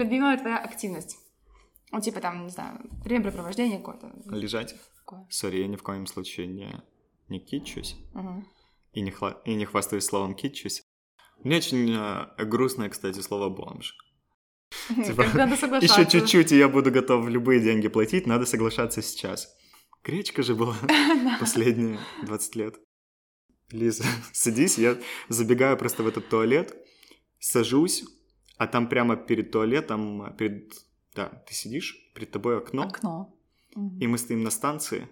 Любимая твоя активность? Ну, типа там, не знаю, времяпрепровождение какое-то. Лежать. Какое? Сори, я ни в коем случае не, не кичусь Мгм. и не, хла- и не хвастаюсь словом кичусь. Мне очень э, грустное, кстати, слово бомж. Типа, Как Надо соглашаться. Еще чуть-чуть, и я буду готов любые деньги платить, надо соглашаться сейчас. Гречка же была последние 20 лет. Лиза, садись, я забегаю просто в этот туалет, сажусь, а там прямо перед туалетом, э, перед... Да, ты сидишь, перед тобой окно, Окно. Мгм. и мы стоим на станции.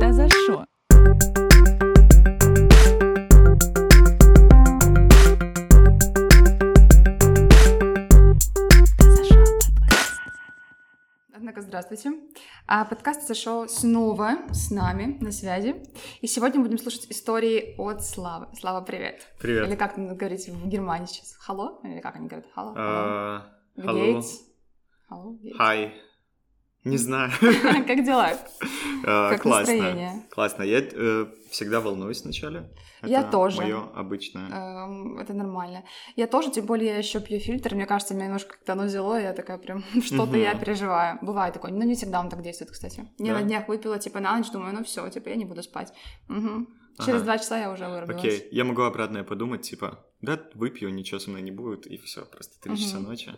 Та за що? Та за що? Однако, здравствуйте. А, Подкаст зашел снова с нами на связи. И сегодня будем слушать истории от Славы. Слава, привет. Или Привет. как там говорить в Германии сейчас? Хало? Или как они говорят? Хало? А, Hello, hello. Gates? Hello, Gates. Хай. Не знаю. Как дела? Э, Как Классно. настроение? Классно. Я э, всегда волнуюсь вначале. Я тоже. Мое обычное. Эм, Это нормально. Я тоже, тем более я еще пью фильтр. Мне кажется, меня немножко как-то оно взяло, я такая прям что-то Мгм. я переживаю. Бывает такое. Но не всегда он так действует, кстати. Я Да? на днях выпила, типа на ночь, думаю, ну все, типа я не буду спать. Мгм. Через Ага. два часа я уже вырубилась. Окей, я могу обратное подумать, типа, да, выпью, ничего со мной не будет, и все, просто три Мгм. часа ночи.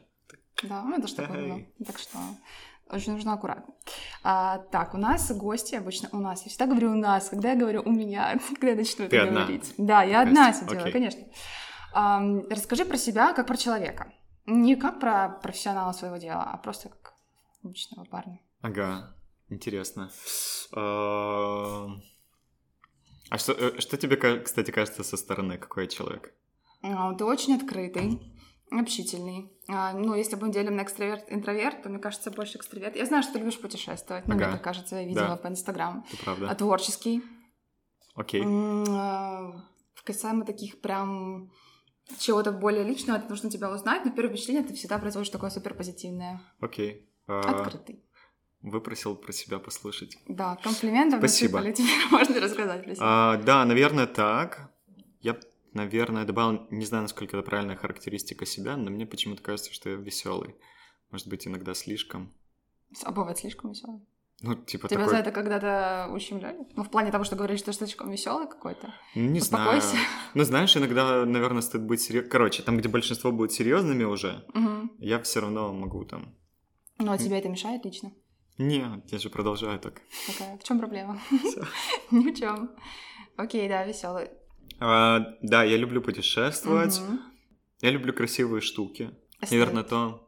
Да, ну это ж такое было. Ай. Так что очень нужно аккуратно. А, так, у нас гости обычно у нас. Я всегда говорю у нас, когда я говорю у меня, когда я начну Ты это одна? говорить. Да, я То одна есть, сидела, окей. конечно. Ам, расскажи про себя как про человека. Не как про профессионала своего дела, а просто как обычного парня. Ага, интересно. Эм, А что, э, что тебе, ка- кстати, кажется со стороны, какой я человек? А, Ты очень открытый, общительный. А, Ну, если бы мы делим на экстраверт-интроверт, то, мне кажется, больше экстраверт. Я знаю, что ты любишь путешествовать, но мне Ага. так кажется, я видела Да. по Инстаграму. Ты А правда? творческий? Окей. М, а, Касаемо таких прям чего-то более личного, это нужно тебя узнать, но первое впечатление ты всегда производишь такое суперпозитивное. Окей. Э, Открытый. Выпросил про себя послушать. Да, комплиментов спасибо. насыпали, теперь можно рассказать про себя. А, да, наверное, так. Я, б, наверное, добавил, не знаю, насколько это правильная характеристика себя, но мне почему-то кажется, что я веселый. Может быть, иногда слишком. А бывает слишком веселый. Ну, типа Тебя такой... за это когда-то ущемляли? Ну, в плане того, что говорили, что ты слишком веселый какой-то. Не знаю. Успокойся. Ну, знаешь, иногда, наверное, стоит быть серьезным. Короче, там, где большинство будет серьезными уже, Мгм. я все равно могу там. Ну, а тебе это мешает лично? Не, я же продолжаю так. Такая, в чем проблема? Всё. Ни в чем. Окей, да, веселый. А, да, я люблю путешествовать. Я люблю красивые штуки. Наверное, то. Нет? А.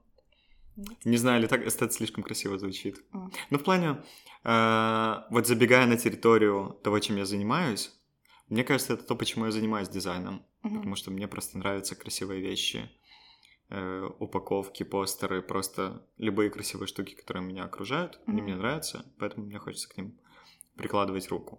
Не знаю, или так эстет слишком красиво звучит. Мгм. Ну, в плане, э, вот забегая на территорию того, чем я занимаюсь, мне кажется, это то, почему я занимаюсь дизайном. потому что мне просто нравятся красивые вещи, э, упаковки, постеры, просто любые красивые штуки, которые меня окружают, они Мгм. мне нравятся, поэтому мне хочется к ним прикладывать руку.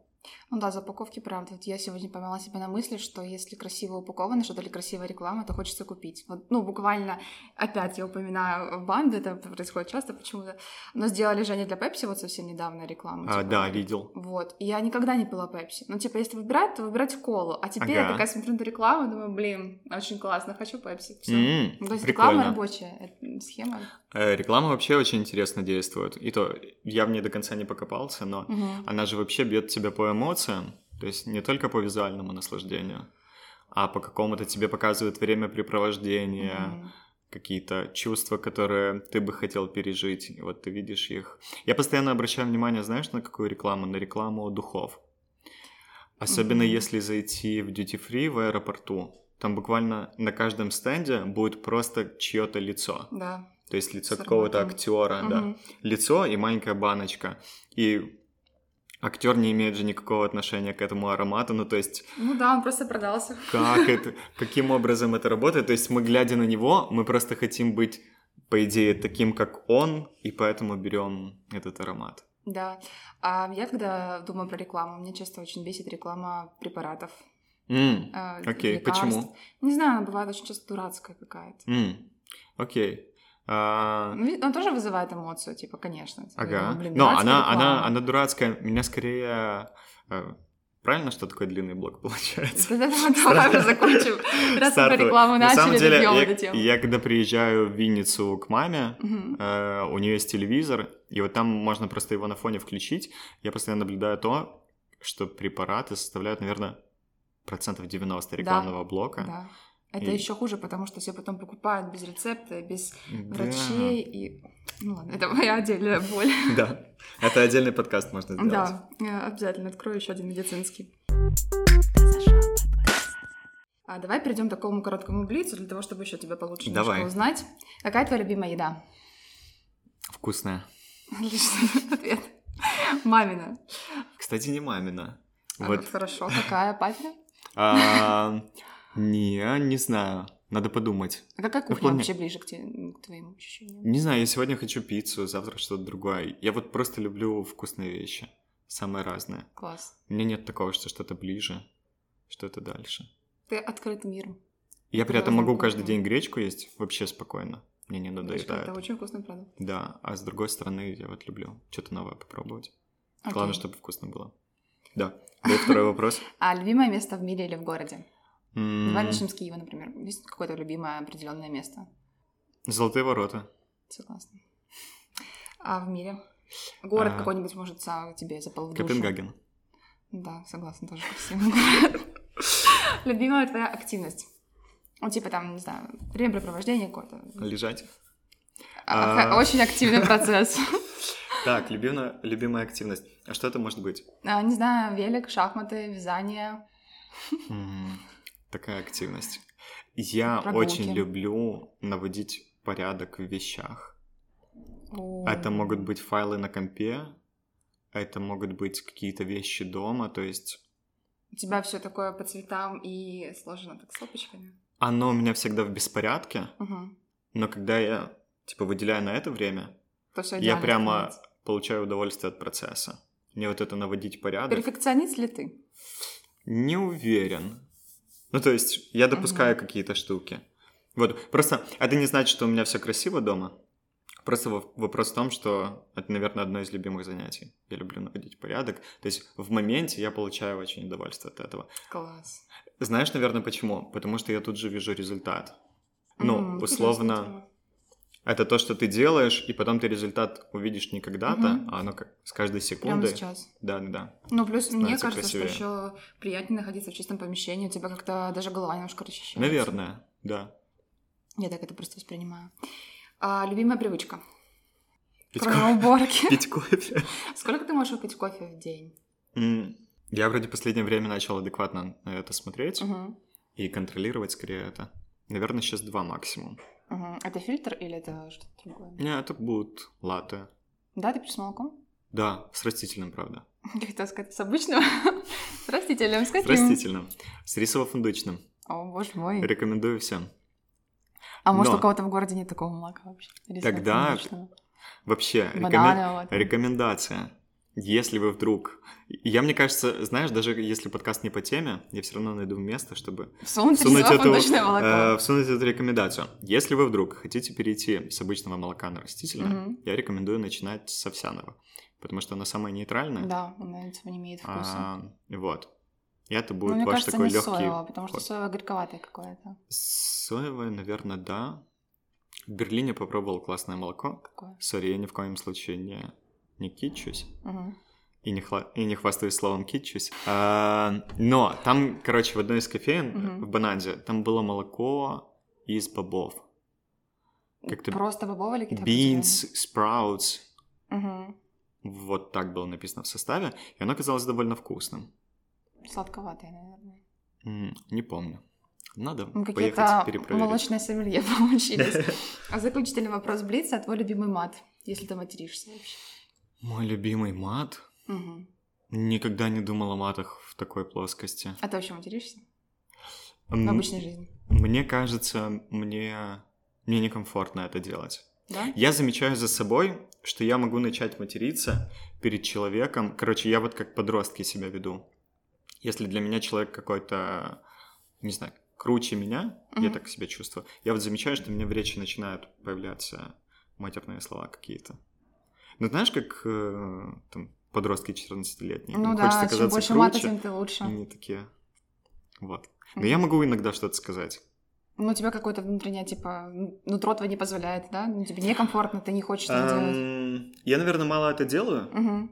Ну да, за упаковки, правда. Вот я сегодня поймала себя на мысли, что если красиво упаковано что-то или красивая реклама, то хочется купить. Вот, ну, буквально, опять я упоминаю банды, это происходит часто почему-то, но сделали же они для Пепси вот совсем недавно рекламу. А, типа. да, видел. Вот. И я никогда не пила Пепси. Ну, типа, если выбирать, то выбирать колу. А теперь я Ага. такая смотрю на рекламу, думаю, блин, очень классно, хочу Пепси. Всё. М, Ну, То есть реклама М-м, прикольно. рабочая э, схема. Э, Реклама вообще очень интересно действует. И то, я в ней до конца не покопался, но Мгм. она же вообще бьет тебя по эмоциям, то есть не только по визуальному наслаждению, а по какому-то тебе показывают времяпрепровождение, Мгм. какие-то чувства, которые ты бы хотел пережить, и вот ты видишь их. Я постоянно обращаю внимание, знаешь, на какую рекламу? На рекламу духов. Особенно Мгм. если зайти в duty free в аэропорту, там буквально на каждом стенде будет просто чье-то лицо. Да. То есть лицо С какого-то ароматом. актера, А, да. Мгм. Лицо и маленькая баночка. И актер не имеет же никакого отношения к этому аромату. Ну, то есть Ну да, он просто продался. как это, каким образом это работает. То есть мы, глядя на него, мы просто хотим быть, по идее, таким, как он, и поэтому берем этот аромат. Да. А я когда думаю про рекламу, мне часто очень бесит реклама препаратов. М, э, Окей, лекарств. почему? Не знаю, она бывает очень часто дурацкая какая-то. М, Окей. А, Ну, ведь Она тоже вызывает эмоцию, типа, конечно. Типа, Ага. ну, блин, Но дурацкая она, реклама. она, она дурацкая. Меня скорее э, Правильно, что такой длинный блок получается? Да-да-да, давай уже закончим. Раз мы про Стартовый. рекламу На самом начали, деле, добьем я- эту тему. я когда приезжаю в Винницу к маме, Мгм. Э, у нее есть телевизор, и вот там можно просто его на фоне включить. Я постоянно наблюдаю то, что препараты составляют, наверное, процентов 90 рекламного блока. Да. Это И- еще хуже, потому что все потом покупают без рецепта, без Да. врачей и... Ну ладно, это моя отдельная боль. Да. Это отдельный подкаст можно сделать. Да, э, обязательно открою еще один медицинский. А давай перейдем к такому короткому блицу для того, чтобы еще тебя получше немножко Давай. узнать. Какая твоя любимая еда? Вкусная. Отличный ответ. Мамина. Кстати, не мамина. А, Вот. вот Хорошо. Какая папина? А, Не, не знаю. Надо подумать. А какая Ну, в кухня плане- вообще ближе к, те- к твоим ощущениям? Не знаю, я сегодня хочу пиццу, завтра что-то другое. Я вот просто люблю вкусные вещи. Самые разные. Класс. У меня нет такого, что что-то ближе, что-то дальше. Ты открыт миру. Я при Да, этом могу каждый замечательно. день гречку есть вообще спокойно. Мне не Гречка Это надоедает. очень вкусный продукт. Да, а с другой стороны, я вот люблю что-то новое попробовать. Окей. Главное, чтобы вкусно было. Да. Был второй вопрос. А любимое место в мире или в городе? М, Давай начнем с Киева, например. Есть какое-то любимое определенное место? Золотые ворота. Согласна. А в мире? Город А. какой-нибудь, может, сам тебе запал в душу? Копенгаген. Да, согласна, тоже красивый город. Любимая твоя активность? Ну, типа там, не знаю, времяпрепровождение какое-то. Лежать. А, А. Очень активный процесс. Так, любимая, любимая активность. А что это может быть? А, Не знаю, велик, шахматы, вязание. М, Такая активность. Я Прогулки. очень люблю наводить порядок в вещах. А Это могут быть файлы на компе, это могут быть какие-то вещи дома, то есть У тебя все такое по цветам и сложено так стопочками. оно у меня всегда в беспорядке, Угу. но когда я, типа, выделяю на это время, То все я прямо получаю удовольствие от процесса. Мне вот это наводить порядок... Перфекционист ли ты? Не уверен. Ну, то есть, я допускаю какие-то штуки. Вот, просто это не значит, что у меня все красиво дома. Просто во- вопрос в том, что это, наверное, одно из любимых занятий. Я люблю наводить порядок. То есть в моменте я получаю очень удовольствие от этого. Класс. Знаешь, наверное, почему? Потому что я тут же вижу результат. Ну, Мгм, интересная условно, тема. это то, что ты делаешь, и потом ты результат увидишь не когда-то, Мгм. а оно как с каждой Прямо секунды. сейчас. Да, да, да. Ну, плюс мне Становится кажется, красивее. что еще приятнее находиться в чистом помещении. У тебя как-то даже голова немножко расчищается. Наверное, да. Я так это просто воспринимаю. А, любимая привычка? Пить Кроме кофе. уборки. Пить кофе. Сколько ты можешь выпить кофе в день? М, Я вроде последнее время начал адекватно на это смотреть Мгм. и контролировать скорее это. Наверное, сейчас два максимум. Мгм. Это фильтр или это что-то другое? Не, это будут латы. Да, ты пьешь с молоком? Да, с растительным, правда. Я хотела сказать, с обычным. С растителем, с С каким? растительным. С рисово-фундучным. О, боже мой. Рекомендую всем. А может, Но- у кого-то в городе нет такого молока вообще? Или Тогда сладкоежечного? Вообще, рекомен- бананового. там. рекомендация. Если вы вдруг... Я, мне кажется, знаешь, даже если подкаст не по теме, я все равно найду место, чтобы Всунуть всунуть рисовое эту, фундучное э, молоко. всунуть эту рекомендацию. Если вы вдруг хотите перейти с обычного молока на растительное, Мгм. я рекомендую начинать с овсяного, потому что оно самое нейтральное. Да, она типа не имеет вкуса. А, вот. И это Ну, будет мне ваш кажется, такой не легкий... соевого, потому что ход. соевое горьковатое какое-то. Соевое, наверное, да. В Берлине попробовал классное молоко. Какое? Сори, я ни в коем случае не, не кичусь. Мгм. И не, хла- и не хвастаюсь словом кичусь. А, но там, короче, в одной из кофеин Мгм. в Бананде там было молоко из бобов. Как-то Просто бобовые или какие-то beans, sprouts. определенные? Мгм. Вот так было написано в составе. И оно оказалось довольно вкусным. Сладковатое, наверное. М, не помню. Надо Ну, поехать Какие-то перепроверить. молочные сомелье получились. А заключительный вопрос Блица, твой любимый мат, если ты материшься вообще. Мой любимый мат. Мгм. Никогда не думал о матах в такой плоскости. А ты вообще материшься в М, обычной жизни? Мне кажется, мне... мне некомфортно это делать. Да? Я замечаю за собой, что я могу начать материться перед человеком. Короче, я вот как подростки себя веду. Если для меня человек какой-то, не знаю, круче меня, я Мгм. так себя чувствую, я вот замечаю, что у меня в речи начинают появляться матерные слова какие-то. Ну, знаешь, как э, там, подростки 14-летние. Ну Им да, хочется чем казаться больше мата, круче, тем ты и лучше. они такие... Вот. Но я могу иногда что-то сказать. Ну, у тебя какое-то внутреннее, типа, нутро твое не позволяет, да? Ну, тебе некомфортно, ты не хочешь это делать. Эм, Я, наверное, мало это делаю, Мгм.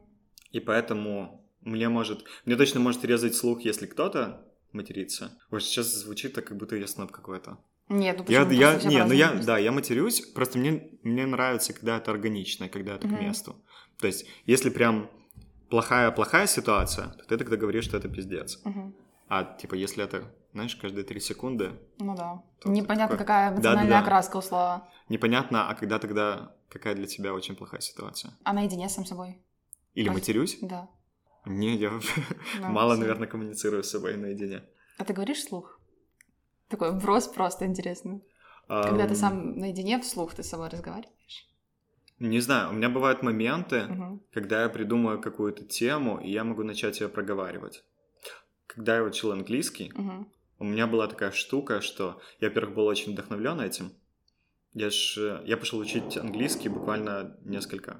и поэтому мне может... Мне точно может резать слух, если кто-то матерится. Вот сейчас звучит так, как будто я сноб какой-то. Нет, ну Я, почему? я, Просто не, ну всё я, по-разному. да, я матерюсь, просто мне, мне нравится, когда это органично, когда это к Мгм. месту. То есть, если прям плохая-плохая ситуация, то ты тогда говоришь, что это пиздец. Мгм. А, типа, если это, знаешь, каждые три секунды, Ну да. Тут Непонятно, такое. какая эмоциональная Да-да-да. окраска у слова. непонятно, а когда тогда, какая для тебя очень плохая ситуация? А наедине с сам собой. Или А- матерюсь? Да. Не, я Да, мало, всё. наверное, коммуницирую с собой наедине. А ты говоришь вслух? Такой вброс просто интересно. Когда ты Ам, сам наедине вслух ты с собой разговариваешь. Не знаю, у меня бывают моменты, Мгм. когда я придумаю какую-то тему, и я могу начать ее проговаривать. Когда я учил английский, Мгм. у меня была такая штука, что я, во-первых, был очень вдохновлен этим. Я ж, э, я пошел учить английский буквально несколько,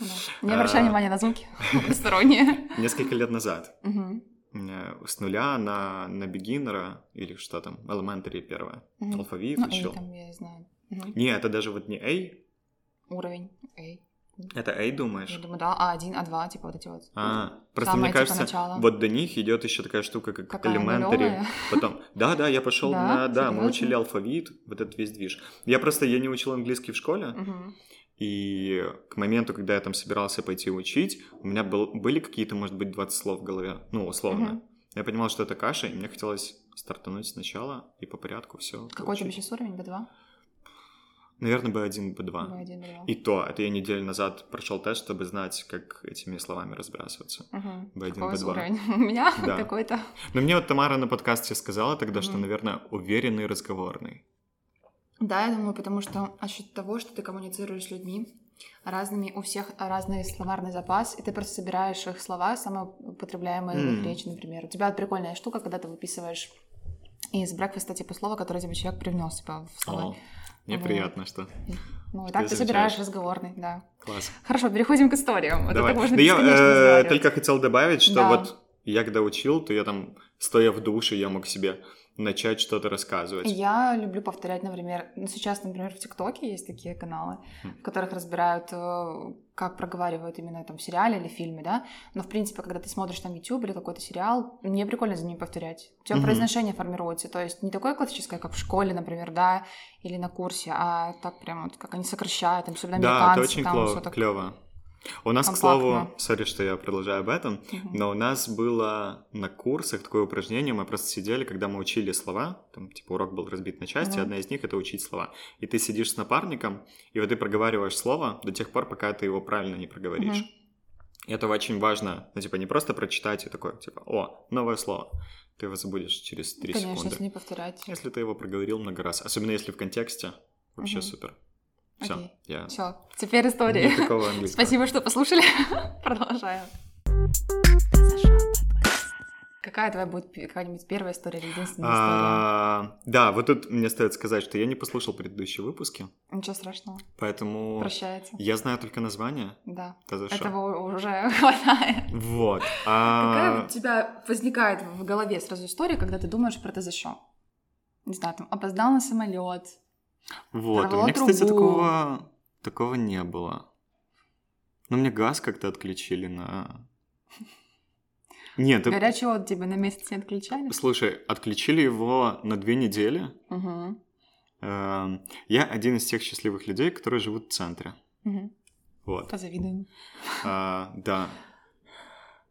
Ну Да. Не обращай А. внимания на звуки посторонние. несколько лет назад. Мгм. Э, С нуля на, на beginner или что там, elementary первое, Мгм. алфавит Ну, эй, учил. там, я знаю. Мгм. Не, это даже вот не A, Уровень. Эй. это A, Я думаешь? думаю, да, А1, А2, типа вот эти вот. А, просто Самое, мне типа, кажется, начало. вот до них идет еще такая штука, как Какая elementary, нулевая? Потом, да, да, я пошел Да? на, да, мы Серьёзно? учили алфавит, вот этот весь движ. Я просто, я не учил английский в школе, Мгм. и к моменту, когда я там собирался пойти учить, у меня был, были какие-то, может быть, 20 слов в голове, ну, условно. Мгм. Я понимал, что это каша, и мне хотелось стартануть сначала и по порядку все. Какой у тебя сейчас уровень? Б2? Наверное, B1, B2. Б1, Б2. И то, это я неделю назад прошел тест, чтобы знать, как этими словами разбрасываться. Мгм. Б1, Какой у вас Б2. уровень? У меня Да. такой-то. Но мне вот Тамара на подкасте сказала тогда, что, Мгм. наверное, уверенный разговорный. Да, я думаю, потому что за счет того, что ты коммуницируешь с людьми, разными, у всех разный словарный запас, и ты просто собираешь их слова, самые употребляемые в их М. речи, например. У тебя прикольная штука, когда ты выписываешь из брекфеста типа слова, которое тебе человек привнес типа, в слова. О, мне Вот. приятно, что ну и ты так ты замечаешь. собираешь разговорный, да. класс. Хорошо, переходим к историям. Вот Давай. это можно Да я бесконечно э, разговаривать. только хотел добавить, что Да. вот я когда учил, то я там, стоя в душе, я мог себе начать что-то рассказывать. Я люблю повторять, например, ну, сейчас, например, в ТикТоке есть такие каналы, Хм. в которых разбирают, э, как проговаривают именно там в сериале или фильме, да. Но, в принципе, когда ты смотришь там YouTube или какой-то сериал, мне прикольно за ним повторять. У тебя Мгм. произношение формируется, то есть не такое классическое, как в школе, например, да, или на курсе, а так прям вот, как они сокращают, там всегда да, это американцы, очень там клево, всё так. клево. У нас, к компактно. слову, сори, что я продолжаю об этом, Мгм. но у нас было на курсах такое упражнение, мы просто сидели, когда мы учили слова, там, типа, урок был разбит на части, Мгм. одна из них — это учить слова. И ты сидишь с напарником, и вот ты проговариваешь слово до тех пор, пока ты его правильно не проговоришь. Мгм. И Это очень важно, ну, типа, не просто прочитать и такое, типа, о, новое слово. Ты его забудешь через 3 Конечно, секунды. если не повторять. Если ты его проговорил много раз, особенно если в контексте, вообще Мгм. супер. Все, Окей. я... Все, теперь истории. Нет такого английского. Спасибо, что послушали. Продолжаем. Произошел подкаст. Какая твоя будет пе- какая-нибудь первая история или единственная история? А, Да, вот тут мне стоит сказать, что я не послушал предыдущие выпуски, Ничего страшного. поэтому Прощается. я знаю только название. Да. Да за что? Этого уже хватает. Вот. Какая а, у тебя возникает в голове сразу история, когда ты думаешь про ТЗШО? Не знаю, там опоздал на самолет. Вот. У Порвала меня, кстати, трубу. такого такого не было. Но мне газ как-то отключили на. Нет, ты- Горячий от тебя на месяц не отключали? слушай, отключили его на две недели. Угу. Эм, Я один из тех счастливых людей, которые живут в центре. Вот. Позавидуем. А, да.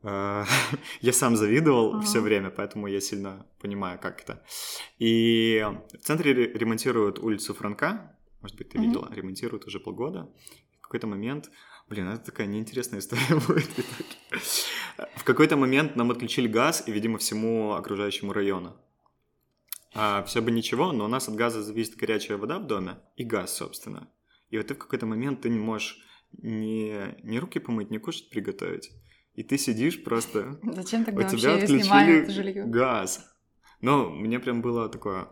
Э, Я сам завидовал Ага. все время, поэтому я сильно понимаю, как это. И в центре ре- ремонтируют улицу Франка. Может быть, ты Мгм. видела? Ремонтируют уже полгода. В какой-то момент... Блин, это такая неинтересная история будет. в итоге. В какой-то момент нам отключили газ и, видимо, всему окружающему району. все А, бы ничего, но у нас от газа зависит горячая вода в доме и газ, собственно. И вот ты в какой-то момент ты не можешь ни, ни руки помыть, ни кушать приготовить. И ты сидишь просто, Зачем тогда у тебя вообще снимают отключили жилье? газ. Но мне прям было такое...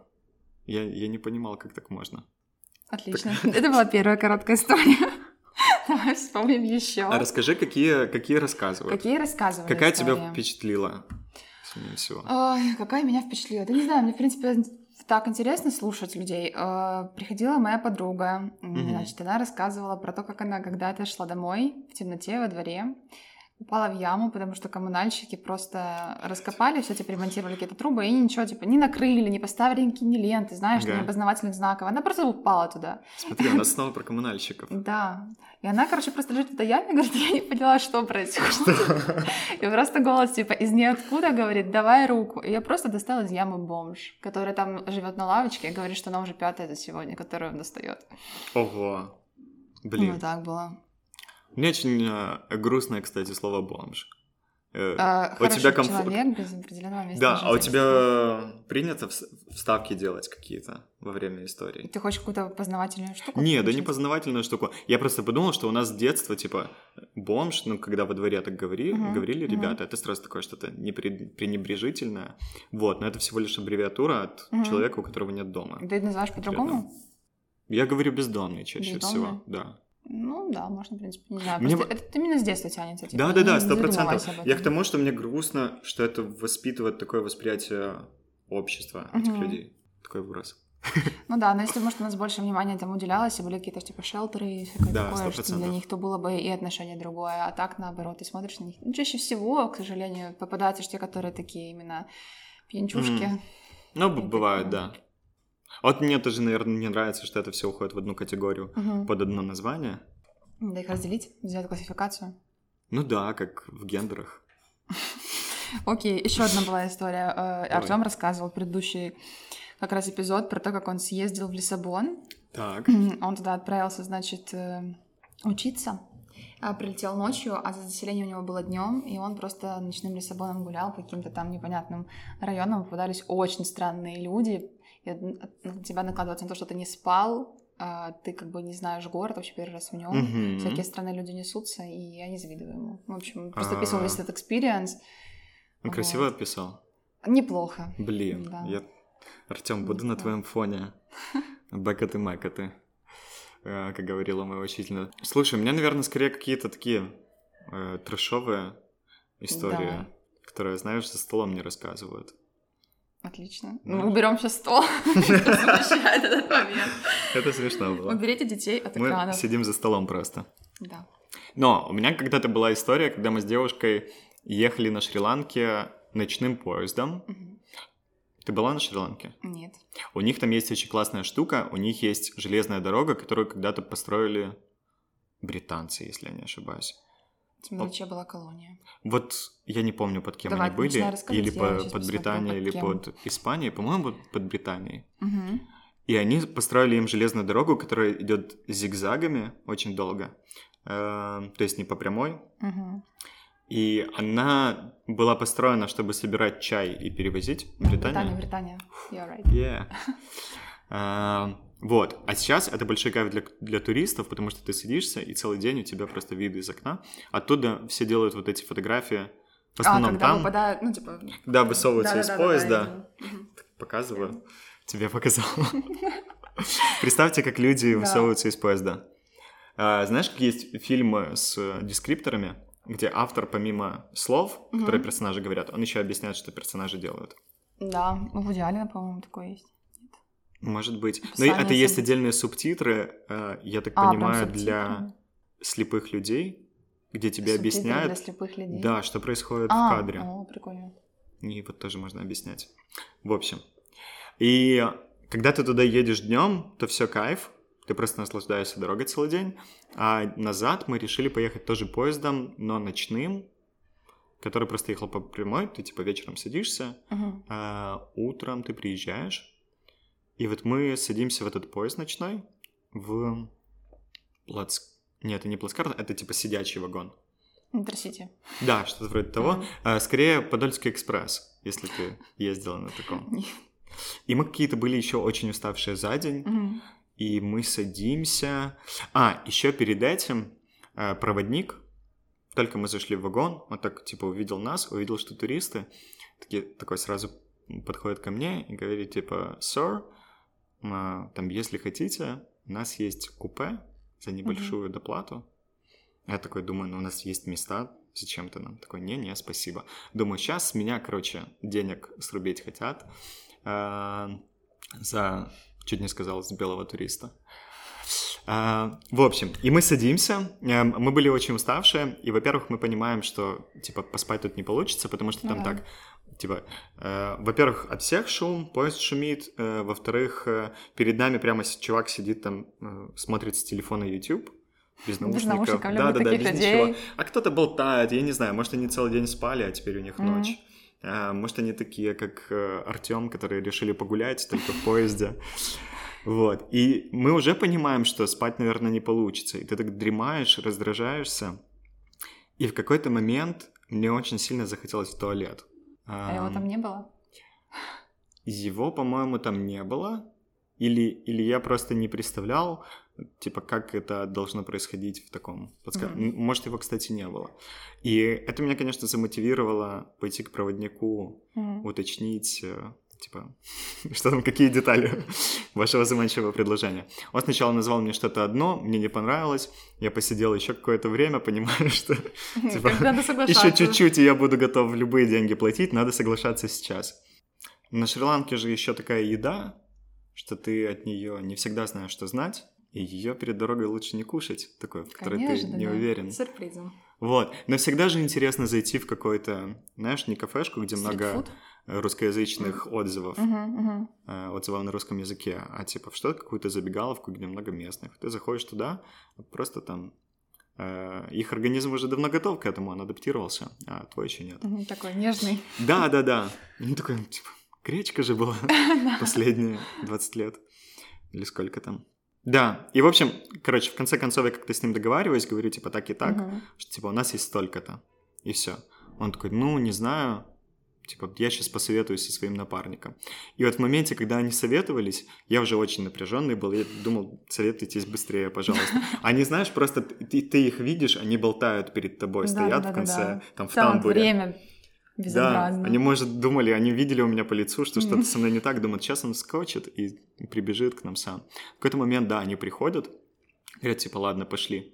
Я, я не понимал, как так можно. Отлично. Это была первая короткая история. Давай вспомним еще. А расскажи, какие, какие рассказывают. Какие рассказывали Какая истории? тебя впечатлила? сильнее всего? Ой, какая меня впечатлила. Да не знаю, мне, в принципе, так интересно слушать людей. Э, Приходила моя подруга, м, Мгм. значит, она рассказывала про то, как она когда-то шла домой в темноте во дворе, упала в яму, потому что коммунальщики просто раскопали, все типа ремонтировали какие-то трубы и ничего, типа, не накрыли, не поставили никакие ленты, знаешь, Ага. ни опознавательных знаков. Она просто упала туда. Смотри, у нас снова про коммунальщиков. Да. И она, короче, просто лежит в этой яме, говорит, я не поняла, что происходит. И просто голос, типа, из ниоткуда говорит, давай руку. И я просто достала из ямы бомж, который там живет на лавочке, и говорит, что она уже пятая за сегодня, которую он достает. Ого. Ну, Блин. так было. Мне очень э, грустное, кстати, слово бомж. Э, А, Хороший тебя комфо- человек без определенного места да, а у жительства. тебя принято вс- вставки делать какие-то во время истории? Ты хочешь какую-то познавательную штуку? Не, да не включить? познавательную штуку. Я просто подумал, что у нас с детства, типа, бомж, ну, когда во дворе так говори, Мгм, говорили мгм. ребята, это сразу такое что-то непре- пренебрежительное. Вот, но это всего лишь аббревиатура от Мгм. человека, у которого нет дома. Ты называешь по-другому? Я говорю бездомный чаще Бездомный? всего, да. Ну да, можно, в принципе, не знаю. Мне Просто Это именно с детства тянется. типа, Да, да, да, не сто процентов. задумывайся об этом. Я к тому, что мне грустно, что это воспитывает такое восприятие общества этих Мгм. людей. Такой вырос. Ну да, но если, может, у нас больше внимания там уделялось, и были какие-то типа шелтеры и всякое Да, такое, что для 100%. них то было бы и отношение другое, а так наоборот, ты смотришь на них. Ну, чаще всего, к сожалению, попадаются ж те, которые такие именно пьянчушки. Мгм. Ну, б- Я бывает, да. такая. Вот мне тоже, наверное, не нравится, что это все уходит в одну категорию Мгм. под одно название. Надо их разделить, сделать классификацию. Ну да, как в гендерах. Окей, еще одна была история. Давай. Артем рассказывал предыдущий как раз эпизод про то, как он съездил в Лиссабон Так. Он туда отправился, значит, э, учиться. А Прилетел ночью, а за заселение у него было днем, и он просто ночным Лиссабоном гулял по каким-то там непонятным районам. Попадались очень странные люди. И од- на тебя накладывается на то, что ты не спал, а ты как бы не знаешь город, вообще первый раз в нем. Мгм. Ну, Всякие странные люди несутся, и я не завидую ему. В общем, просто А. описывал весь этот экспириенс. Он красиво Вот. отписал. Неплохо. Блин, Да. я... Артем, буду на Да. твоем фоне. Бэкоты макоты, э, как говорила моя учительница. Слушай, у меня, наверное, скорее какие-то такие э, трэшовые истории, Давай. которые, знаешь, за столом не рассказывают. Отлично. Ну. Ну, уберем сейчас стол. Посвящает этот момент. Это смешно было. Уберите детей от Мы экранов. сидим за столом просто. Да. Но у меня когда-то была история, когда мы с девушкой ехали на Шри-Ланке ночным поездом. Мгм. Ты была на Шри-Ланке? Нет. У них там есть очень классная штука, у них есть железная дорога, которую когда-то построили британцы, если я не ошибаюсь. Смотри, чья была колония. Вот я не помню, под кем Давай, они ты начинай были, рассказывать, или я по- сейчас под посмотрю, Британией, под или кем. под Испанией, по-моему, под- под Британией. Мгм. И они построили им железную дорогу, которая идет зигзагами очень долго, Э, то есть не по прямой, Мгм. и она была построена, чтобы собирать чай и перевозить в Британия, Британию. Британия. You're right. Yeah. А, Вот. А сейчас это большой кайф для, для туристов, потому что ты садишься, и целый день у тебя просто виды из окна. Оттуда все делают вот эти фотографии. В А, основном когда там, выпадают, ну, типа... когда высовываются из да-да-да-да-да, поезда. я видела. Мгм. Показываю. Тебе показал. Представьте, как люди Да. высовываются из поезда. А, Знаешь, как есть фильмы с э, дескрипторами, где автор помимо слов, Мгм. которые персонажи говорят, он еще объясняет, что персонажи делают. Да, у Вуди Аллена, по-моему, такое есть. Может быть. Но Описание это есть сам- отдельные субтитры, э, я так А, прям понимаю, субтитры. для слепых людей, где тебе Субтитры объясняют, для слепых людей. да, что происходит а, в кадре. О, прикольно. И вот тоже можно объяснять. В общем. И когда ты туда едешь днем, то все кайф. Ты просто наслаждаешься дорогой целый день. А назад мы решили поехать тоже поездом, но ночным, который просто ехал по прямой. Ты типа вечером садишься, Мгм. а утром ты приезжаешь. И вот мы садимся в этот поезд ночной в плац... Нет, это не плацкарт, это типа сидячий вагон. Интерсити. Да, что-то вроде того. Мгм. А, Скорее, Подольский экспресс, если ты ездила на таком. Нет. И мы какие-то были еще очень уставшие за день, Мгм. и мы садимся. А, еще перед этим э, проводник. Только мы зашли в вагон, он так типа увидел нас, увидел, что туристы. Такие, такой сразу подходит ко мне и говорит типа, «Сэр, а, там, если хотите, у нас есть купе за небольшую доплату. Я такой думаю, ну у нас есть места, зачем ты нам? Такой, не-не, спасибо. Думаю, сейчас с меня, короче, денег срубить хотят а, за, чуть не сказал, с белого туриста. А, в общем, и мы садимся, эм, мы были очень уставшие, и, во-первых, мы понимаем, что, типа, поспать тут не получится, потому что Ну там да. так, типа, э, во-первых, от всех шум, поезд шумит, э, во-вторых, э, перед нами прямо с- чувак сидит там, э, смотрит с телефона YouTube, без наушников. наушников, люблю Да-да-да, таких без людей. ничего. А кто-то болтает, я не знаю, может, они целый день спали, а теперь у них Мгм. ночь. А, Может, они такие, как Артем, которые решили погулять только в поезде. Вот. И мы уже понимаем, что спать, наверное, не получится. И ты так дремаешь, раздражаешься. И в какой-то момент мне очень сильно захотелось в туалет. А его Ам, там не было? его, по-моему, там не было. Или, или я просто не представлял, типа, как это должно происходить в таком... подска- Мгм. М, Может, его, кстати, не было. И это меня, конечно, замотивировало пойти к проводнику, Мгм. уточнить, э, типа, что там, какие детали вашего заманчивого предложения. Он сначала назвал мне что-то одно, мне не понравилось. Я посидел еще какое-то время, понимаю, что типа, Как Надо соглашаться. еще чуть-чуть, и я буду готов любые деньги платить, надо соглашаться сейчас. На Шри-Ланке же еще такая еда, что ты от нее не всегда знаешь, что знать, и ее перед дорогой лучше не кушать, такой, в которой ты Конечно, не да. уверен. Сюрпризом. Вот. Но всегда же интересно зайти в какой-то, знаешь, не кафешку, где много Стритфуд? э, русскоязычных отзывов, Мгм, мгм. э, отзывов на русском языке, а типа в что-то какую-то забегаловку, где много местных. Ты заходишь туда, просто там э, их организм уже давно готов к этому, он адаптировался, а твой еще нет. Ну, Мгм, Такой нежный. Да, да, да. Ну такой, типа, гречка же была последние 20 лет. Или сколько там. Да, и в общем, короче, в конце концов я как-то с ним договариваюсь, говорю, типа, так и так, Мгм. что, типа, у нас есть столько-то, и все. Он такой, ну, не знаю, типа, я сейчас посоветуюсь со своим напарником. И вот в моменте, когда они советовались, я уже очень напряженный был, я думал, советуйтесь быстрее, пожалуйста. Они, знаешь, просто ты, ты- ты их видишь, они болтают перед тобой, Да, стоят да, да, в конце, да. там, в Там тамбуре. время безобразно. Да, они, может, думали, они видели у меня по лицу, что Мгм. что-то со мной не так, думают, сейчас он скочит и прибежит к нам сам. В какой-то момент, да, они приходят, говорят, типа, ладно, пошли.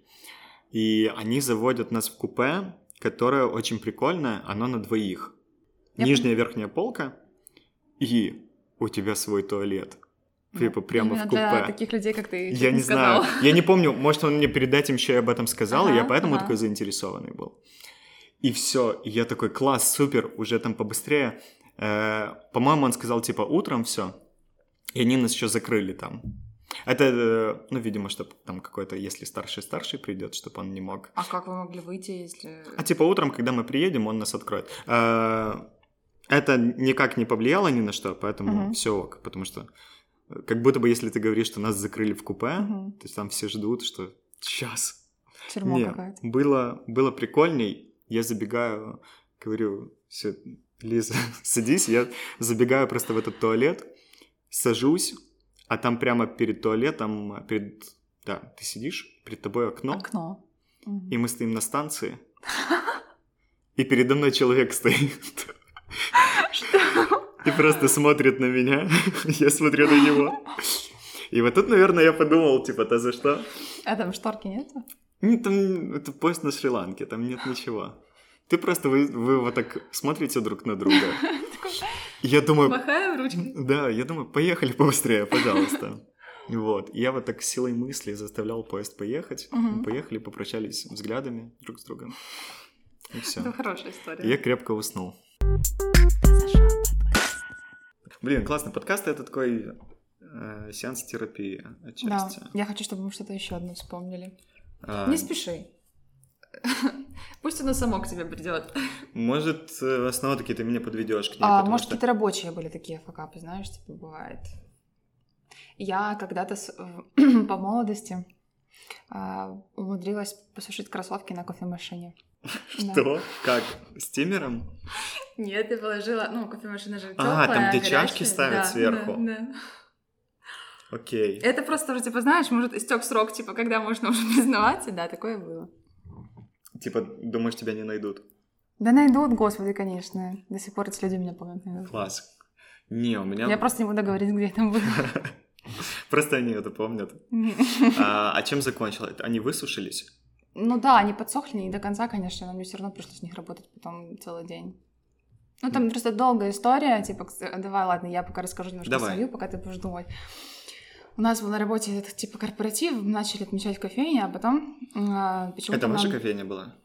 И они заводят нас в купе, которое очень прикольное, оно на двоих. Я Нижняя верхняя полка и у тебя свой туалет. Ну, Типа прямо Именно в купе. для таких людей, как ты. чуть Я не знаю. сказал. Я не помню, может, он мне перед этим еще и об этом сказал, и я Ага, поэтому ага. такой заинтересованный был. И все, и я такой, класс, супер, уже там побыстрее. Э, по-моему, он сказал, типа, утром все. И они нас еще закрыли там. Это, э, ну, видимо, чтобы там какой-то, если старший-старший придет, чтобы он не мог. А как вы могли выйти, если... А типа утром, когда мы приедем, он нас откроет. Э, Это никак не повлияло ни на что, поэтому Мгм. все ок. Потому что э, как будто бы если ты говоришь, что нас закрыли в купе, Мгм. то есть там все ждут, что сейчас. Тюрьма Не, какая-то. было, было прикольней. Я забегаю, говорю, все, Лиза, садись. Я забегаю просто в этот туалет, сажусь, а там прямо перед туалетом, э, перед... Да, ты сидишь, перед тобой окно, Окно. Мгм. и мы стоим на станции. И передо мной человек стоит. И просто смотрит на меня. Я смотрю на него. И вот тут, наверное, я подумал, типа, то за что? А там шторки нет? Ну, там это поезд на Шри-Ланке, там нет ничего. Ты просто, вы, вы вот так смотрите друг на друга. Я думаю, Махаем ручкой. да, я думаю, поехали побыстрее, пожалуйста. Вот, я вот так силой мысли заставлял поезд поехать. Мгм. Мы Поехали, попрощались взглядами друг с другом. И Это все. хорошая история. Я крепко уснул. Блин, классно, подкасты — это такой э, сеанс терапии Да. отчасти. Я хочу, чтобы мы что-то еще одно вспомнили. А, Не спеши. Пусть оно само к тебе придет. может, э, снова-таки ты меня подведешь к ней, А, потому может, что- какие-то рабочие были такие факапы, знаешь, типа бывает. Я когда-то с- в- по молодости а, умудрилась посушить кроссовки на кофемашине. Да. Что? Как? Стимером? Нет, я положила, ну, кофемашина же А, тёплая, там, где горячая. чашки Да, ставят сверху. да, да. Окей. Это просто уже, типа, знаешь, может, истек срок, типа, когда можно уже признаваться, да, такое было. Типа, думаешь, тебя не найдут? Да найдут, господи, конечно. До сих пор эти люди меня помнят. наверное. Класс. Не, у меня... Я просто не буду говорить, где это было. Просто они это помнят. А а чем закончил? Они высушились? Ну да, они подсохли, и до конца, конечно, но мне все равно пришлось в них работать потом целый день. Ну, там просто долгая история, типа, кс- давай, ладно, я пока расскажу немножко Давай. свою, пока ты будешь думать. У нас был на работе этот, типа, корпоратив, мы начали отмечать в кофейне, а потом а, почему-то Это ваша нам- кофейня была?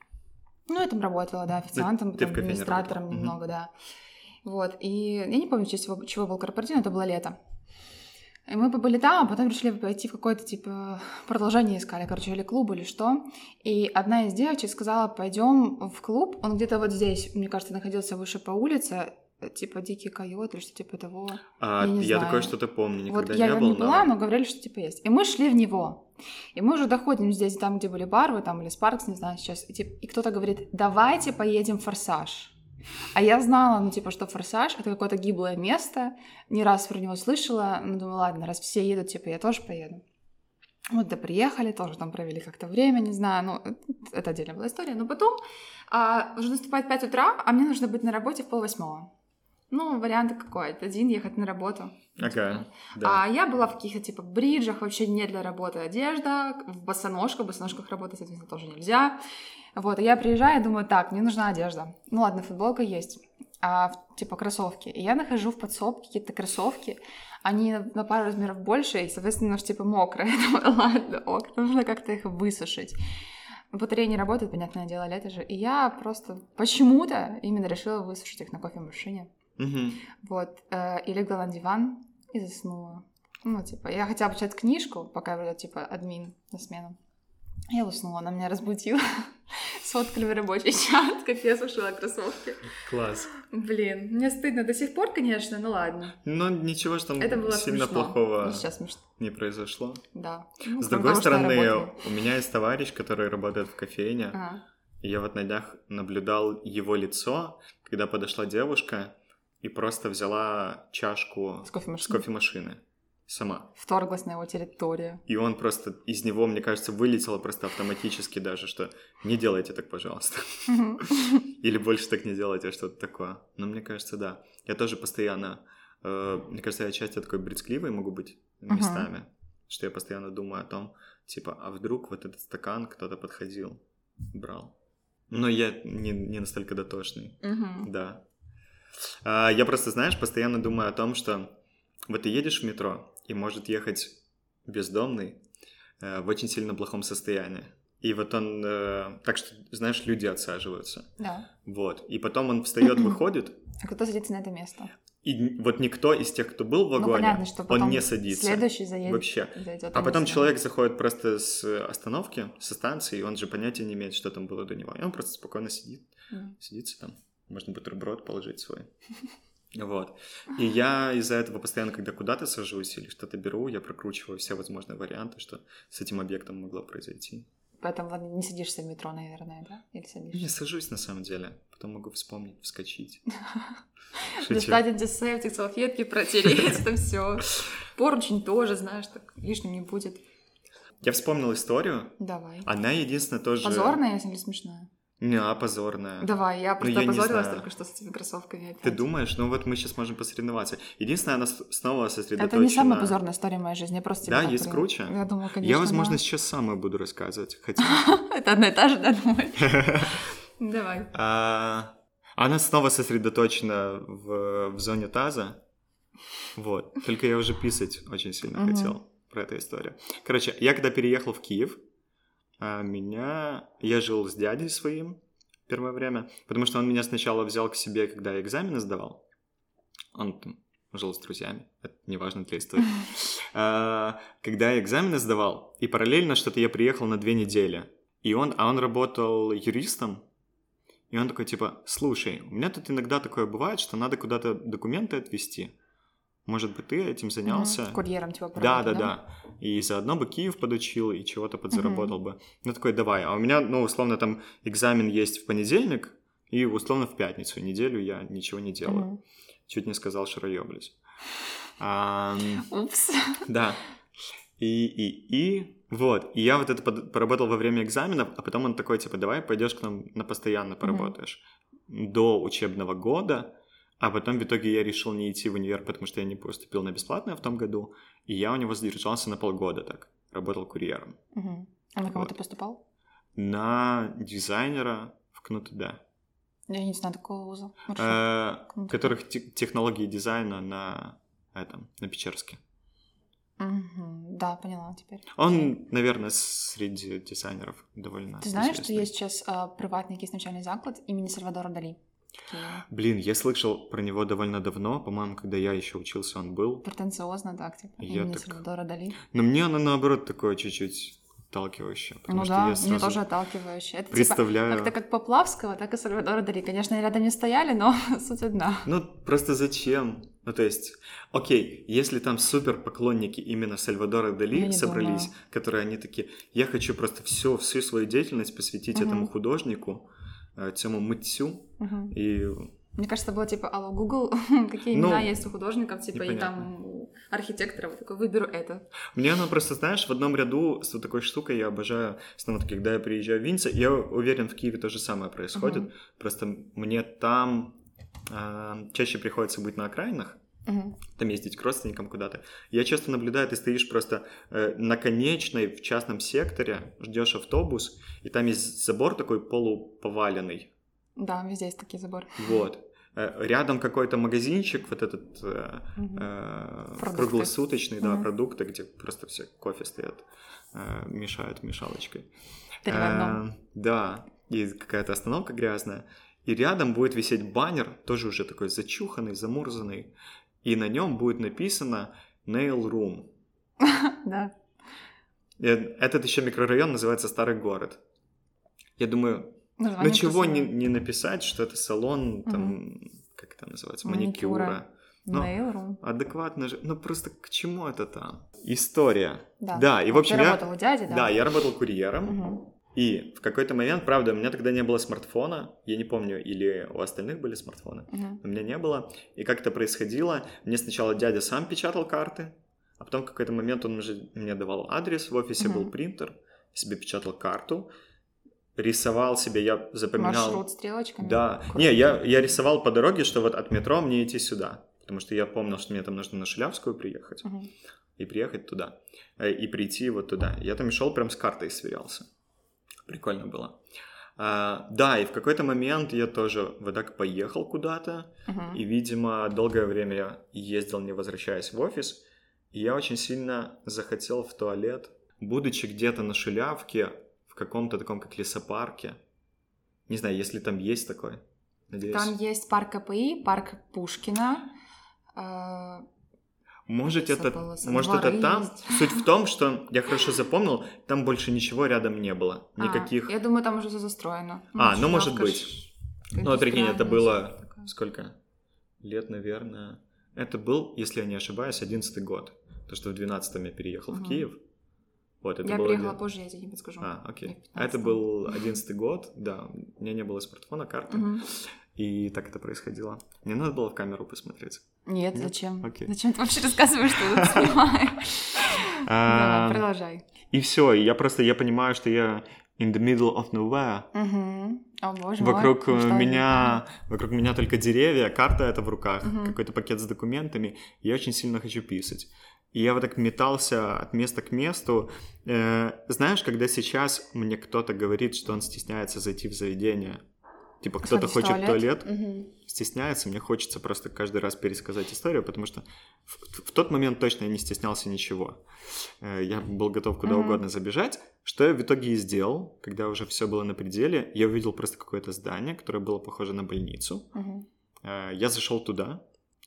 Ну, я там работала, да, официантом, ты потом в кофейне администратором работала. Мгм. немного, да. Вот, и я не помню, в честь чего, чего был корпоратив, но это было лето. И мы побыли там, а потом решили пойти в какое-то, типа, продолжение искали, короче, или клуб, или что. И одна из девочек сказала, пойдем в клуб. Он где-то вот здесь, мне кажется, находился выше по улице, э, типа Дикий койот или что-то типа того. А, Я не Я знаю. такое что-то помню, никогда вот я не там не был. была, но но- говорили, что типа есть. И мы шли в него. И мы уже доходим здесь, там, где были барвы, там, или Спаркс, не знаю сейчас. И, тип- и кто-то говорит, давайте поедем в Форсаж. А я знала, ну, типа, что Форсаж — это какое-то гиблое место. Не раз про него слышала. Ну, думаю, ладно, раз все едут, типа, я тоже поеду. Вот, да, приехали, тоже там провели как-то время, не знаю, ну, это отдельная была история. Но потом а, уже наступает 5 утра, а мне нужно быть на работе в полвосьмого. Ну, вариант какой? Один ехать на работу. Ага, да. А я была в каких-то типа бриджах, вообще не для работы одежда, в босоножках, в босоножках работать, соответственно, тоже нельзя. Вот, и я приезжаю и думаю, так, мне нужна одежда. Ну ладно, футболка есть, а, в- типа кроссовки. И я нахожу в подсобке какие-то кроссовки, они на, на пару размеров больше, и, соответственно, ж, типа мокрые. Я думаю, ладно, ок, нужно как-то их высушить. Батарея не работает, понятное дело, лето же. И я просто почему-то именно решила высушить их на кофемашине. Мгм. Вот, э, и легла на диван и заснула. Ну, типа, я хотела почитать книжку, пока вроде, типа, админ на смену. Я уснула, она меня разбудила. Сфоткали в рабочий чат, как я сушила кроссовки. Класс. Блин, мне стыдно до сих пор, конечно, ну ладно. Но ничего ж там Это было сильно смешно. плохого Ну, сейчас смешно, не произошло. да. Ну, С другой стороны, у меня есть товарищ, который работает в кофейне. А. И я вот на днях наблюдал его лицо, когда подошла девушка и просто взяла чашку с кофе с кофемашины сама. Вторглась на его территорию. И он просто из него, мне кажется, вылетело просто автоматически даже, что не делайте так, пожалуйста. Или больше так не делайте, что-то такое. Но мне кажется, да. Я тоже постоянно... э, мне кажется, я отчасти такой брезгливый могу быть Мгм. местами, что я постоянно думаю о том, типа, а вдруг вот этот стакан кто-то подходил, брал. Но я не, не настолько дотошный, Мгм. да. А, я просто, знаешь, постоянно думаю о том, что вот ты едешь в метро, и может ехать бездомный э, в очень сильно плохом состоянии. И вот он... э, так что, знаешь, люди отсаживаются. Да. Вот. И потом он встает, выходит, А кто садится на это место? и н- вот никто из тех, кто был Ну, в вагоне, понятно, что потом он не садится. Следующий заедет. Вообще. зайдёт А на потом место. человек заходит просто с остановки, со станции, и он же понятия не имеет, что там было до него. И он просто спокойно сидит, Мгм. сидится там. Можно бутерброд положить свой. Вот. И я из-за этого постоянно, когда куда-то сажусь или что-то беру, я прокручиваю все возможные варианты, что с этим объектом могло произойти. Поэтому ладно, не садишься в метро, наверное, да? Или Не садишься? сажусь на самом деле, потом могу вспомнить, вскочить. Шучу. Достать антисептик, салфетки протереть, там все. Поручень тоже, знаешь, так лишним не будет. Я вспомнил историю, Давай. Она единственная тоже... Позорная, если не смешная. Не, а, позорная. Давай, я просто Ну, я не опозорилась знаю. только что с этими кроссовками опять. Ты думаешь? Ну вот мы сейчас можем посоревноваться. Единственное, она с- снова Это сосредоточена... не самая позорная история моей жизни, я просто... Да, тебя есть при- круче? Я думаю, конечно, Я, возможно, да. сейчас самое буду рассказывать. Хотя... Это одна и та же, да, думаю. Давай. А, Она снова сосредоточена в в зоне таза. Вот. Только я уже писать очень сильно Мгм. хотел про эту историю. Короче, я когда переехал в Киев, а, меня... Я жил с дядей своим первое время, потому что он меня сначала взял к себе, когда я экзамены сдавал. Он там жил с друзьями, это неважно для истории. А, Когда я экзамены сдавал, и параллельно что-то я приехал на две недели. И он, а он работал юристом, и он такой, типа, слушай, у меня тут иногда такое бывает, что надо куда-то документы отвезти. Может быть, ты этим занялся? Мгм. Курьером типа Да, да, поработать, да. И заодно бы Киев подучил, и чего-то подзаработал бы. Ну, такой, давай. А у меня, ну, условно, там экзамен есть в понедельник, и условно в пятницу. Неделю я ничего не делаю. Мгм. Чуть не сказал, шароеблюсь. Ам, Упс. да. И, и, и... Вот, и я вот это под- поработал во время экзаменов, а потом он такой, типа, давай пойдешь к нам на постоянно поработаешь. До учебного года, А потом в итоге я решил не идти в универ, потому что я не поступил на бесплатное в том году, и я у него задержался на полгода так, работал курьером. Мгм. А на кого Вот. ты поступал? На дизайнера в КНУТД, Я не знаю такого вуза. Вот что. э, КНУТД. которых те- технологии дизайна на этом, на Печерске. Мгм. Да, поняла теперь. Он, наверное, среди дизайнеров довольно Ты знаешь, что известный. есть сейчас а, приватный якийсь навчальний заклад имени Сальвадора Дали? Такие Блин, я слышал про него довольно давно, по-моему, когда я еще учился, он был. Претенциозно, так, типа, Я имени так- Сальвадора Дали. Но мне оно, наоборот, такое чуть-чуть отталкивающее, потому ну что да, я мне сразу тоже отталкивающе. Это типа представляю... как-то как Поплавского, так и Сальвадора Дали. Конечно, они рядом не стояли, но суть одна. Ну, просто зачем? Ну, то есть, окей, если там супер поклонники именно Сальвадора Я Дали не собрались, думаю. которые они такие, я хочу просто все, всю свою деятельность посвятить Мгм. этому художнику, э, Тему Мытсю, Мгм. и Мне кажется, было типа, алло, Google, какие Ну, имена есть у художников, типа, и непонятно. там у архитектора, вот такой, выберу это. Мне оно просто, знаешь, в одном ряду с вот такой штукой я обожаю. Снова таки, когда я приезжаю в Винце, я уверен, в Киеве то же самое происходит. Мгм. Просто мне там а, чаще приходится быть на окраинах, Мгм. там ездить к родственникам куда-то. Я часто наблюдаю, ты стоишь просто э, на конечной в частном секторе, ждешь автобус, и там есть забор такой полуповаленный. Да, везде есть такие заборы. Вот. Э, Рядом какой-то магазинчик, вот этот э, Мгм. э, Продукты. круглосуточный, да, Мгм. продукты, где просто все кофе стоят, э, мешают мешалочкой. Три в одном. Э, Да, и какая-то остановка грязная. И рядом будет висеть баннер, тоже уже такой зачуханный, замурзанный, и на нем будет написано Nail Room. Да. Э, Этот еще микрорайон называется Старый город. Я думаю, ну Название чего не, красивое. не написать, что это салон, там, как это называется, Маникюра. маникюра. но- Mail.ru. Адекватно же. Ну просто к чему это там? История. Да. Да, и в Вот общем ты я... работал у дяди, да? Да, я работал курьером, Мгм. и в какой-то момент, правда, у меня тогда не было смартфона, я не помню, или у остальных были смартфоны, Мгм. у меня не было, и как это происходило, мне сначала дядя сам печатал карты, а потом в какой-то момент он уже мне давал адрес, в офисе был Мгм. принтер, я себе печатал карту, рисовал себе, я запоминал... Маршрут стрелочками. Да. Круто. Не, я, я рисовал по дороге, что вот от метро мне идти сюда. Потому что я помнил, что мне там нужно на Шилявскую приехать Мгм. и приехать туда. э, И прийти вот туда. Я там шел, прям с картой сверялся. Прикольно было. А, да, и в какой-то момент я тоже вот так поехал куда-то. Мгм. И, видимо, долгое время я ездил, не возвращаясь в офис. И я очень сильно захотел в туалет. Будучи где-то на Шилявке, в каком-то таком как лесопарке. Не знаю, если там есть такой. Надеюсь. Там есть парк КПИ, парк Пушкина. Э, Может, это, Забыла, может, самовары это там? есть. Суть в том, что я хорошо запомнил, там больше ничего рядом не было. а, Никаких. я думаю, там уже все застроено. А, шляпка ну, может быть. ж- Ну, прикинь, это индустриальная было- всё такое. Сколько? Лет, наверное. Это был, если я не ошибаюсь, одиннадцатый год. Потому что в 12 я переехал в Мгм. Киев. Вот, это Я было приехала ли- позже, я тебе не подскажу. А, окей. Я в А Это 15-м. был одиннадцатый год, да. У меня не было смартфона, карты. Мгм. И так это происходило. Мне надо было в камеру посмотреть. Нет, Нет? зачем? Окей. Зачем ты вообще рассказываешь, что ты тут снимаешь? Давай, А, продолжай. И все, я просто, я понимаю, что я in the middle of nowhere. Мгм. О, боже мой, Вокруг ну э, что меня, вокруг меня только деревья, карта это в руках, Мгм. какой-то пакет с документами. и Я очень сильно хочу писать. И я вот так метался от места к месту. Э, знаешь, когда сейчас мне кто-то говорит, что он стесняется зайти в заведение, типа это? кто-то Сходить хочет в туалет, Мгм. стесняется, мне хочется просто каждый раз пересказать историю, потому что в, в тот момент точно я не стеснялся ничего. Э, Я был готов куда Мгм. угодно забежать. Что я в итоге и сделал, когда уже все было на пределе, я увидел просто какое-то здание, которое было похоже на больницу. Мгм. Э, Я зашел туда,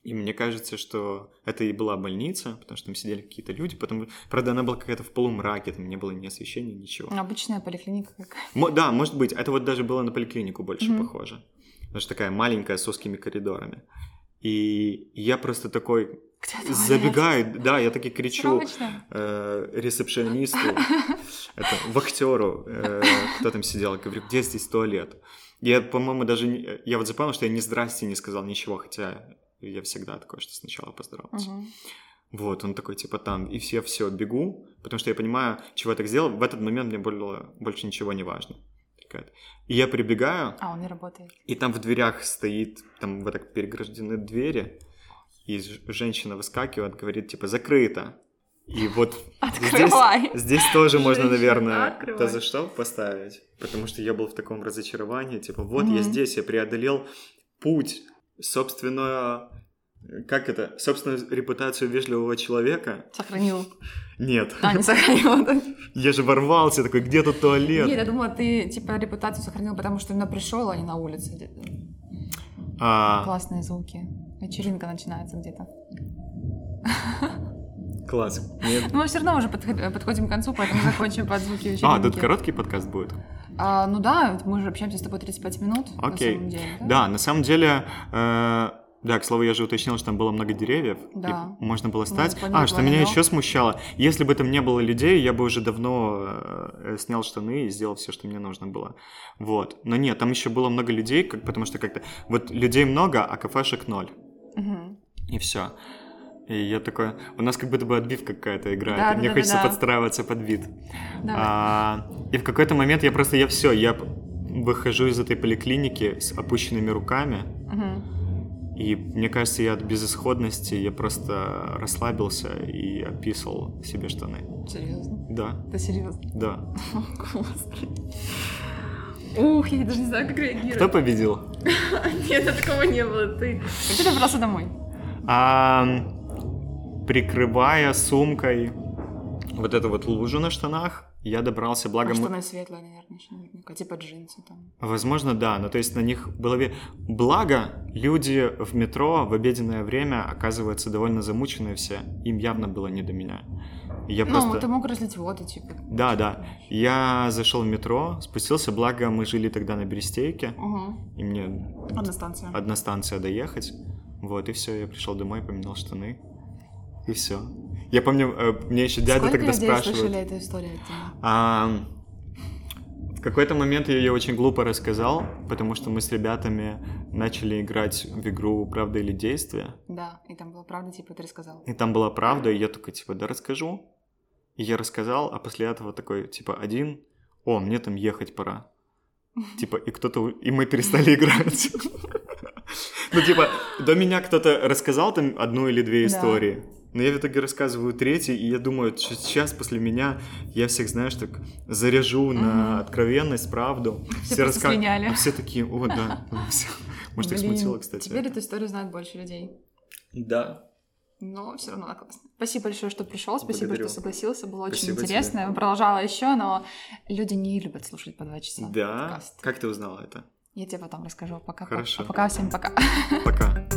и мне кажется, что это и была больница, потому что там сидели какие-то люди, потом, правда, она была какая-то в полумраке, там не было ни освещения, ничего. Обычная поликлиника какая. Мо- да, может быть. Это вот даже было на поликлинику больше Мгм. похоже. Потому что такая маленькая с узкими коридорами. И я просто такой Где туалет? забегаю, да, я таки кричу Срочно. э, ресепшионисту, это, вахтеру, э, кто там сидел, говорю, где здесь туалет? Я, по-моему, даже, не- я вот запомнил, что я ни здрасте не сказал ничего, хотя я всегда такой, что сначала поздоровался. Мгм. Вот, он такой, типа, там, и все, все, бегу, потому что я понимаю, чего я так сделал, в этот момент мне было больше ничего не важно. сертификат. И я прибегаю, А, он не работает. и там в дверях стоит, там вот так переграждены двери, и ж- женщина выскакивает, говорит, типа, закрыто. И вот здесь, Открывай. здесь тоже можно, Женщина, наверное, открывай. то за что поставить. Потому что я был в таком разочаровании, типа, вот Мгм. я здесь, я преодолел путь, собственную, как это, собственную репутацию вежливого человека. Сохранил. Нет, А, не сохранил. я же ворвался, такой, где тут туалет? Нет, я думала, ты типа репутацию сохранил, потому что именно пришел, а не на улице. А, Классные звуки. Вечеринка начинается где-то. класс. Нет. Но Ну, мы все равно уже подход- подходим к концу, поэтому закончим под звуки вечеринки. А, тут короткий подкаст будет. А, ну да, ведь мы же общаемся с тобой 35 минут. Окей. На самом деле, да? Да, на самом деле, э, да, к слову, я же уточнил, что там было много деревьев, Да. Ну, и можно было стать. поняли, А, что меня поняли. еще смущало, если бы там не было людей, я бы уже давно э, снял штаны и сделал все, что мне нужно было. Вот. Но нет, там еще было много людей, как, потому что как-то вот людей много, а кафешек ноль. Мгм. И все. И я такой, у нас как будто бы отбивка какая-то играет, Да, и мне да, да, хочется да. подстраиваться под вид. Да. А, и в какой-то момент я просто, я все, я п- выхожу из этой поликлиники с опущенными руками, Мгм. и мне кажется, я от безысходности, я просто расслабился и описал себе штаны. Серьезно. Да, Да серьезно. да. Ух, я даже не знаю, как реагировать. Кто победил? Нет, такого не было. Ты. Ты добрался домой. Ам, А, прикрывая сумкой вот эту вот лужу на штанах, я добрался, благо... А мы- штаны светлые, наверное, еще наверняка, типа джинсы там. Возможно, да. но то есть на них было... ве- Благо, люди в метро в обеденное время оказываются довольно замученные все. Им явно было не до меня. Я Ну, просто... ты мог разлить воду, типа. Да, да. Я зашел в метро, спустился, благо мы жили тогда на Берестейке, Угу. и мне Одна станция. одна станция доехать. Вот, и все, я пришел домой, поменял штаны, и все. Я помню, э, мне еще дядя Сколько тогда людей спрашивает... слышали эту историю от тебя? А, в какой-то момент я ее очень глупо рассказал, потому что мы с ребятами начали играть в игру «Правда или действие», Да, и там было правда, типа, ты рассказал. и там была правда, и я такой, типа, да расскажу. И я рассказал, а после этого такой, типа, один, о, мне там ехать пора. Типа, и кто-то... у- И мы перестали играть. Ну, типа, до меня кто-то рассказал там одну или две Да. истории. Но я в итоге рассказываю третью, и я думаю, что сейчас после меня я всех, знаешь, так заряжу на Мгм. откровенность, правду. Все просто раска- слиняли. А все такие, о, да. Все. Может, их Блин, смутило, кстати. Теперь эту историю знают больше людей. Да. Но все равно она классная. Спасибо большое, что пришел, спасибо, Благодарю. что согласился. Было очень Спасибо интересно. Я бы продолжала еще, но люди не любят слушать по два часа. Да? подкаст. Как ты узнала это? Я тебе потом расскажу. Пока. Хорошо. А пока всем пока. Пока.